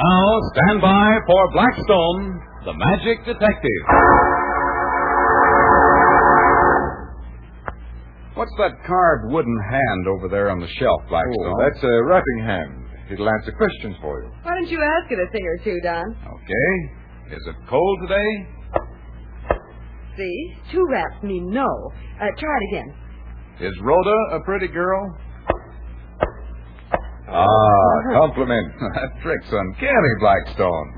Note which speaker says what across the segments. Speaker 1: Stand by for Blackstone, the Magic Detective. What's that carved wooden hand over there on the shelf, Blackstone?
Speaker 2: Oh, that's a wrapping hand. It'll answer questions for you.
Speaker 3: Why don't you ask it a thing or two, Don?
Speaker 1: Okay. Is it cold today?
Speaker 3: See? Two raps mean no. Uh, try it again.
Speaker 1: Is Rhoda a pretty girl?
Speaker 2: Ah, compliment.
Speaker 1: that trick's uncanny, Blackstone.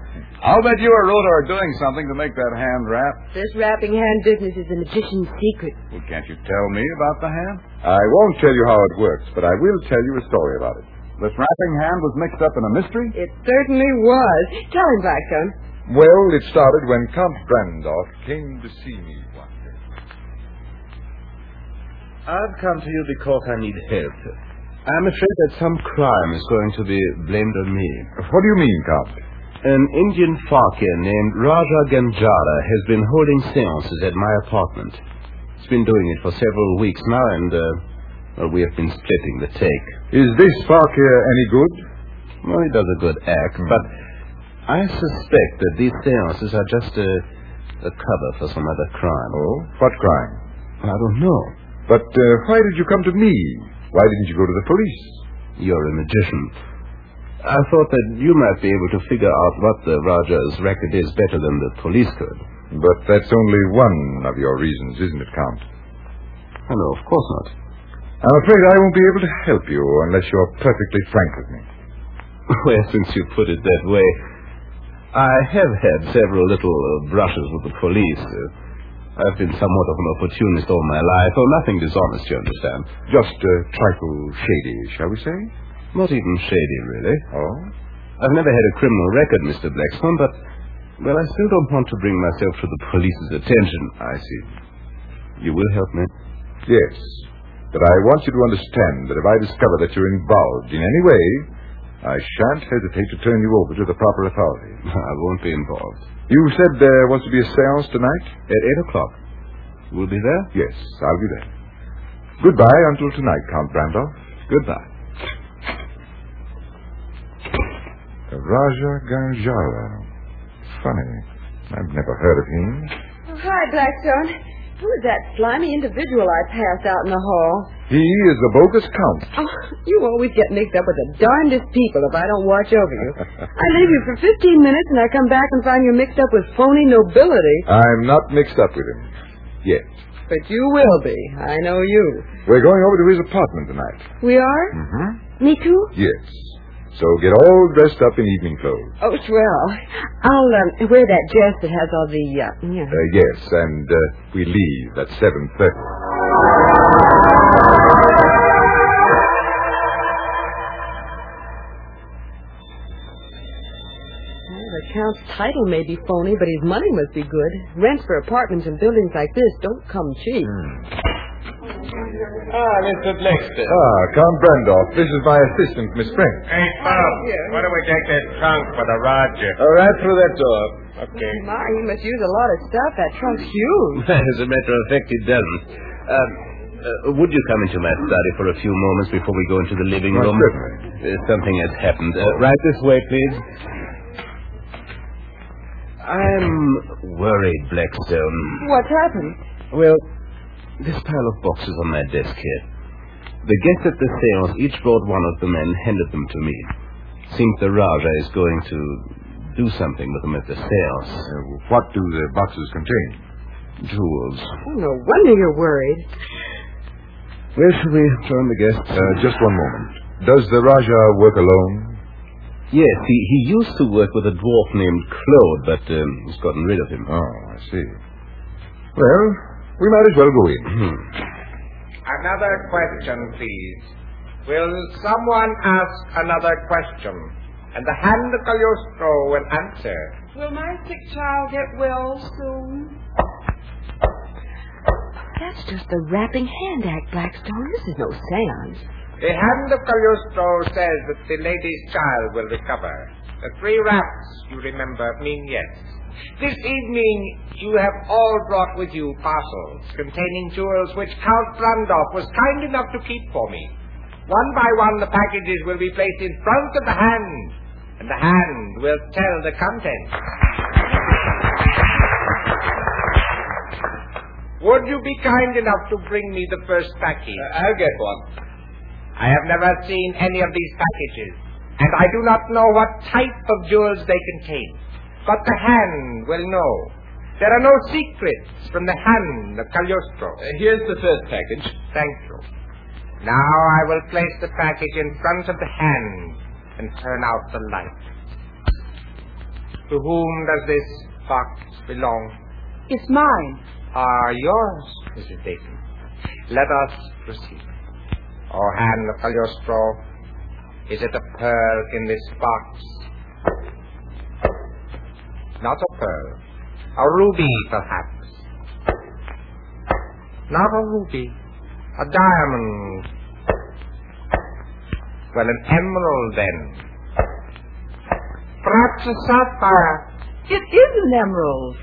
Speaker 1: I'll bet you or Rhoda are doing something to make that hand rap.
Speaker 3: This wrapping hand business is a magician's secret.
Speaker 1: Well, can't you tell me about the hand?
Speaker 2: I won't tell you how it works, but I will tell you a story about it.
Speaker 1: This wrapping hand was mixed up in a mystery?
Speaker 3: It certainly was. Tell him, Blackstone.
Speaker 2: Well, it started when Count Brandorf came to see me one day.
Speaker 4: I've come to you because I need help. I'm afraid that some crime is going to be blamed on me.
Speaker 2: What do you mean, Count?
Speaker 4: An Indian fakir named Raja Ganjara has been holding seances at my apartment. He's been doing it for several weeks now, and, uh, well, we have been splitting the take.
Speaker 2: Is this spark here any good? Hmm.
Speaker 4: Well, he does a good act, but I suspect that these seances are just a, a cover for some other crime.
Speaker 2: Oh? What crime?
Speaker 4: I don't know.
Speaker 2: But uh, why did you come to me? Why didn't you go to the police?
Speaker 4: You're a magician. I thought that you might be able to figure out what the Raja's record is better than the police could.
Speaker 2: But that's only one of your reasons, isn't it, Count?
Speaker 4: Oh, no, of course not.
Speaker 2: I'm afraid I won't be able to help you unless you're perfectly frank with me.
Speaker 4: Well, since you put it that way, I have had several little uh, brushes with the police. Uh, I've been somewhat of an opportunist all my life, though nothing dishonest, you understand.
Speaker 2: Just a trifle shady, shall we say?
Speaker 4: Not even shady, really.
Speaker 2: Oh?
Speaker 4: I've never had a criminal record, Mr. Blackstone, but, well, I still don't want to bring myself to the police's attention. I see. You will help me?
Speaker 2: Yes. But I want you to understand that if I discover that you're involved in any way, I shan't hesitate to turn you over to the proper authorities.
Speaker 4: I won't be involved.
Speaker 2: You said there was to be a seance tonight?
Speaker 4: At 8 o'clock. We'll be there?
Speaker 2: Yes, I'll be there. Goodbye until tonight, Count Brandorf.
Speaker 4: Goodbye.
Speaker 2: Raja Ganjara. Funny. I've never heard of him.
Speaker 3: Oh, hi, Blackstone. Who is that slimy individual I passed out in the hall?
Speaker 2: He is the bogus count.
Speaker 3: Oh, you always get mixed up with the darndest people if I don't watch over you. I leave you for 15 minutes and I come back and find you mixed up with phony nobility.
Speaker 2: I'm not mixed up with him. Yet.
Speaker 3: But you will be. I know you.
Speaker 2: We're going over to his apartment tonight.
Speaker 3: We are?
Speaker 2: Mm-hmm.
Speaker 3: Me too?
Speaker 2: Yes. So get all dressed up in evening clothes.
Speaker 3: Oh, swell. I'll um, wear that dress that has all the, uh, yeah.
Speaker 2: Uh, yes, and uh, we leave at 7.30.
Speaker 3: Well, the count's title may be phony, but his money must be good. Rents for apartments and buildings like this don't come cheap.
Speaker 5: Ah, Mr. Blackstone.
Speaker 2: Ah, Count Brandorf, this is my assistant, Miss Frank.
Speaker 5: Hey, Bob. Why don't we take that trunk for the Roger?
Speaker 4: All right, through that door.
Speaker 5: Okay.
Speaker 3: My, he must use a lot of stuff. That trunk's huge.
Speaker 4: As a matter of fact, it doesn't. Um, uh, would you come into my study for a few moments before we go into the living
Speaker 2: Why,
Speaker 4: room?
Speaker 2: certainly.
Speaker 4: Uh, something has happened. Uh, right this way, please. I'm worried, Blackstone.
Speaker 3: What's happened?
Speaker 4: Well, this pile of boxes on my desk here. The guests at the sales each brought one of them and handed them to me. Seems the Raja is going to do something with them at the sales.
Speaker 2: Uh, what do the boxes contain?
Speaker 4: Jewels.
Speaker 3: Oh, no wonder you're worried.
Speaker 4: Where shall we join the guests?
Speaker 2: Uh, just one moment. Does the Raja work alone?
Speaker 4: yes, he, he used to work with a dwarf named Claude, but um, he's gotten rid of him.
Speaker 2: Oh, I see. Well, we might as well go in.
Speaker 5: Another question, please. Will someone ask another question? And the hand of Calyusto will answer.
Speaker 6: Will my sick child get well soon?
Speaker 3: That's just the wrapping hand act, Blackstone. This is no seance.
Speaker 5: The hand of Calyusto says that the lady's child will recover. The three raps, you remember, mean yes. This evening, you have all brought with you parcels containing jewels which Count Brandorf was kind enough to keep for me. One by one, the packages will be placed in front of the hand. and the hand will tell the contents. Would you be kind enough to bring me the first package?
Speaker 1: Uh, I'll get one.
Speaker 5: I have never seen any of these packages, and I do not know what type of jewels they contain. But the hand will know. There are no secrets from the hand of Cagliostro.
Speaker 1: Uh, here's the first package.
Speaker 5: Thank you. Now I will place the package in front of the hand and turn out the light. To whom does this box belong?
Speaker 6: It's mine.
Speaker 5: Are yours, Mrs. Dayton. Let us proceed. O hand of Cagliostro, is it a pearl in this box? Not a pearl. A ruby, perhaps. Not a ruby. A diamond. Well, an emerald then. Perhaps a sapphire.
Speaker 6: It is an emerald.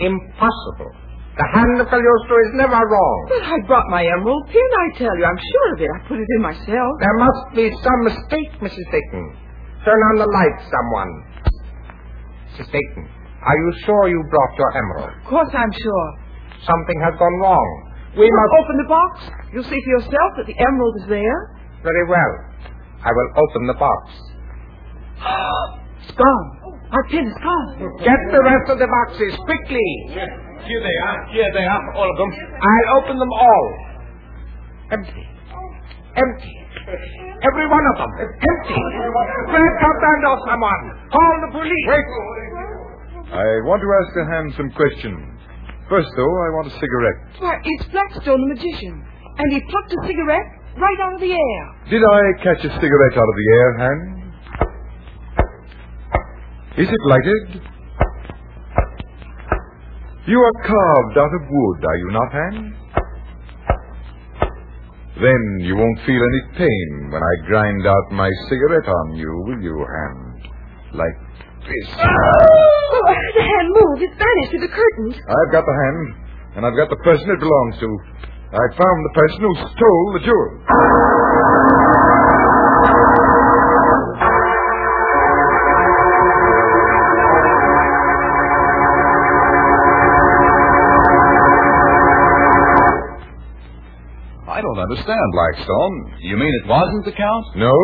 Speaker 5: Impossible. The hand of Cagliostro is never wrong.
Speaker 6: But I brought my emerald pin, I tell you. I'm sure of it. I put it in myself.
Speaker 5: There must be some mistake, Mrs. Dayton. Turn on the light, someone. Mrs. Dayton, are you sure you brought your emerald?
Speaker 6: Of course I'm sure.
Speaker 5: Something has gone wrong. We
Speaker 6: Well,
Speaker 5: must.
Speaker 6: open the box. You'll see for yourself that the emerald is there.
Speaker 5: Very well. I will open the box.
Speaker 6: It's gone. Our pin is gone.
Speaker 5: Get the rest of the boxes quickly.
Speaker 1: Here they are. Here they are, all of them.
Speaker 5: I'll open them all. Empty. Empty. Every one of them. Empty. Grab her band off someone. Call the police.
Speaker 2: I want to ask the hand some questions. First, though, I want a cigarette.
Speaker 6: Why, it's Blackstone, the magician. And he plucked a cigarette right out of the air.
Speaker 2: Did I catch a cigarette out of the air, hand? Is it lighted? You are carved out of wood, are you not, hand? Then you won't feel any pain when I grind out my cigarette on you, will you, hand? Like this.
Speaker 3: Oh, the hand moved. It vanished through the curtains.
Speaker 2: I've got the hand, and I've got the person it belongs to. I found the person who stole the jewel.
Speaker 1: I don't understand, Blackstone. You mean it wasn't the Count?
Speaker 2: No,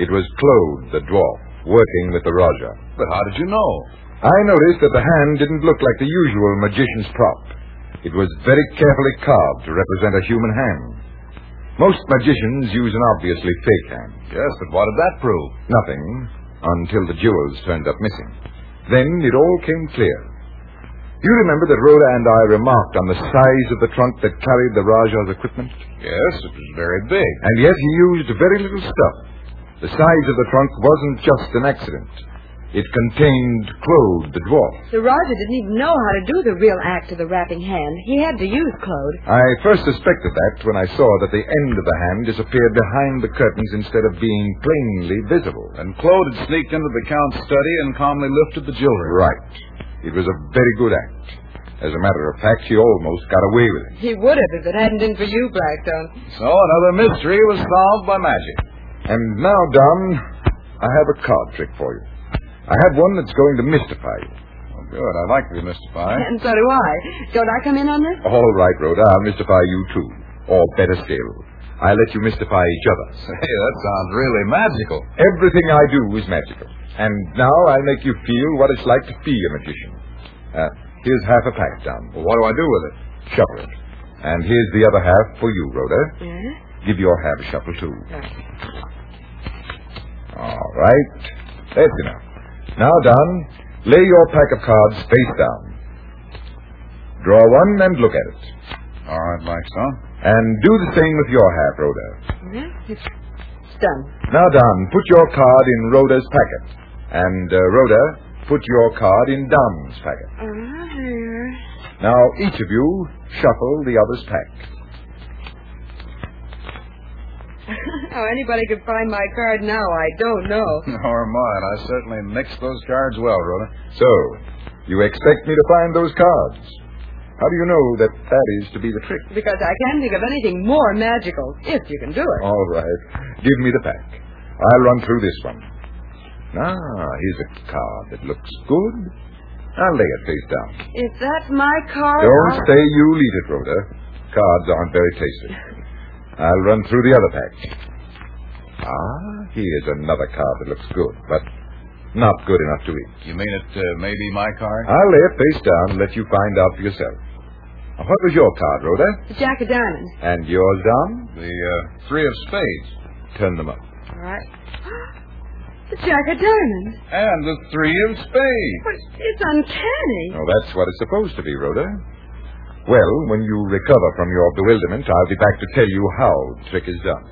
Speaker 2: it was Claude, the dwarf, working with the Rajah.
Speaker 1: But how did you know?
Speaker 2: I noticed that the hand didn't look like the usual magician's prop. It was very carefully carved to represent a human hand. Most magicians use an obviously fake hand.
Speaker 1: Yes, but what did that prove?
Speaker 2: Nothing until the jewels turned up missing. Then it all came clear. You remember that Rhoda and I remarked on the size of the trunk that carried the Rajah's equipment?
Speaker 1: Yes, it was very big.
Speaker 2: And yet he used very little stuff. The size of the trunk wasn't just an accident. It contained Claude, the dwarf.
Speaker 3: The Roger didn't even know how to do the real act of the wrapping hand. He had to use Claude.
Speaker 2: I first suspected that when I saw that the end of the hand disappeared behind the curtains instead of being plainly visible.
Speaker 1: And Claude had sneaked into the Count's study and calmly lifted the jewelry.
Speaker 2: Right. It was a very good act. As a matter of fact, he almost got away with it.
Speaker 3: He would have if it hadn't been for you, Blackstone.
Speaker 1: So another mystery was solved by magic.
Speaker 2: And now, Don, I have a card trick for you. I have one that's going to mystify you. Oh,
Speaker 1: Well, good. I'd like to be mystified.
Speaker 3: And so do I. Don't I come in on this?
Speaker 2: All right, Rhoda, I'll mystify you too. Or better still, I'll let you mystify each other.
Speaker 1: Say, that sounds really magical.
Speaker 2: Everything I do is magical. And now I'll make you feel what it's like to be a magician. Uh, here's half a pack, Don.
Speaker 1: Well, what do I do with it?
Speaker 2: Shuffle it. And here's the other half for you, Rhoda.
Speaker 3: Yeah.
Speaker 2: Give your half a shuffle, too. All right. That's enough. Now, Don, lay your pack of cards face down. Draw one and look at it.
Speaker 1: All right, Blackstone.
Speaker 2: And do the same with your half, Rhoda.
Speaker 3: Yeah. It's it's done.
Speaker 2: Now, Don, put your card in Rhoda's packet. And, uh, Rhoda, put your card in Don's packet.
Speaker 3: All
Speaker 6: Ah,
Speaker 3: right.
Speaker 2: Now, each of you shuffle the other's pack.
Speaker 6: Oh,
Speaker 3: How anybody could find my card now, I don't know.
Speaker 1: or mine. I certainly mixed those cards well, Rhoda.
Speaker 2: So, you expect me to find those cards. How do you know that that is to be the trick?
Speaker 3: Because I can't think of anything more magical, if you can do it.
Speaker 2: All right. Give me the pack. I'll run through this one. Ah, here's a card that looks good. I'll lay it face down.
Speaker 3: If that's my card,
Speaker 2: Oh. Don't
Speaker 3: I'll-
Speaker 2: say you lead it, Rhoda. Cards aren't very tasty. I'll run through the other pack. Ah, here's another card that looks good, but not good enough to eat.
Speaker 1: You mean it uh, may be my card?
Speaker 2: I'll lay it face down and let you find out for yourself. Now, what was your card, Rhoda?
Speaker 3: the Jack of Diamonds.
Speaker 2: And yours, Dom?
Speaker 1: The uh, three of spades
Speaker 2: Turn them up.
Speaker 3: All right. the Jack of Diamonds.
Speaker 1: and the three of spades.
Speaker 3: But it's uncanny.
Speaker 2: Now, that's what it's supposed to be, Rhoda. Well, when you recover from your bewilderment, I'll be back to tell you how the trick is done.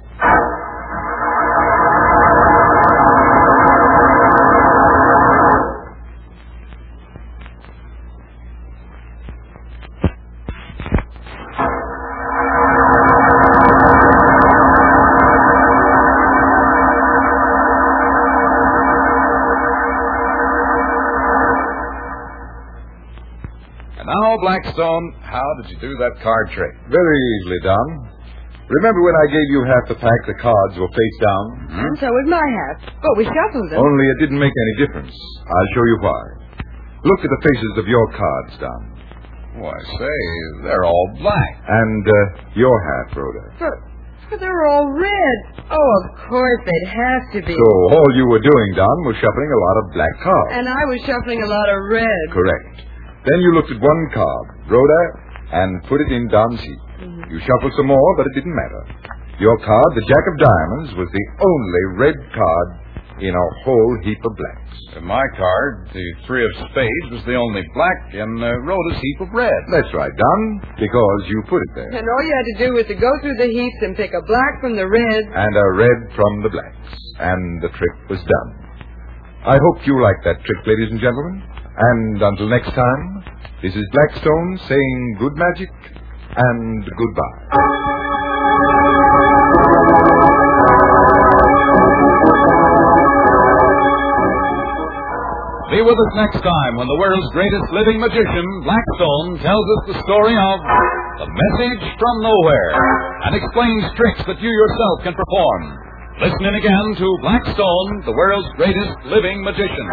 Speaker 1: And now, Blackstone, how did you do that card trick?
Speaker 2: Very easily, Dom. Remember when I gave you half the pack, the cards were face down?
Speaker 1: Mm-hmm.
Speaker 3: And so would my hat. But we shuffled them.
Speaker 2: Only it didn't make any difference. I'll show you why. Look at the faces of your cards, Don.
Speaker 1: Why, Oh, say, they're all black.
Speaker 2: And uh, your hat, Rhoda.
Speaker 3: But, but they're all red. Oh, of course they'd have to be.
Speaker 2: So all you were doing, Don, was shuffling a lot of black cards.
Speaker 3: And I was shuffling a lot of red.
Speaker 2: Correct. Then you looked at one card, Rhoda, and put it in Don's heap. You shuffled some more, but it didn't matter. Your card, the Jack of Diamonds, was the only red card in a whole heap of blacks.
Speaker 1: In my card, the three of spades was the only black in uh, Rhoda's heap of red.
Speaker 2: That's right, Don, because you put it there.
Speaker 3: And all you had to do was to go through the heaps and pick a black from the red.
Speaker 2: and a red from the blacks. And the trick was done. I hope you liked that trick, ladies and gentlemen. And until next time, this is Blackstone saying good magic and goodbye.
Speaker 1: Be with us next time when the world's greatest living magician, Blackstone, tells us the story of The Message from Nowhere and explains tricks that you yourself can perform. Listen in again to Blackstone, the world's greatest living magician.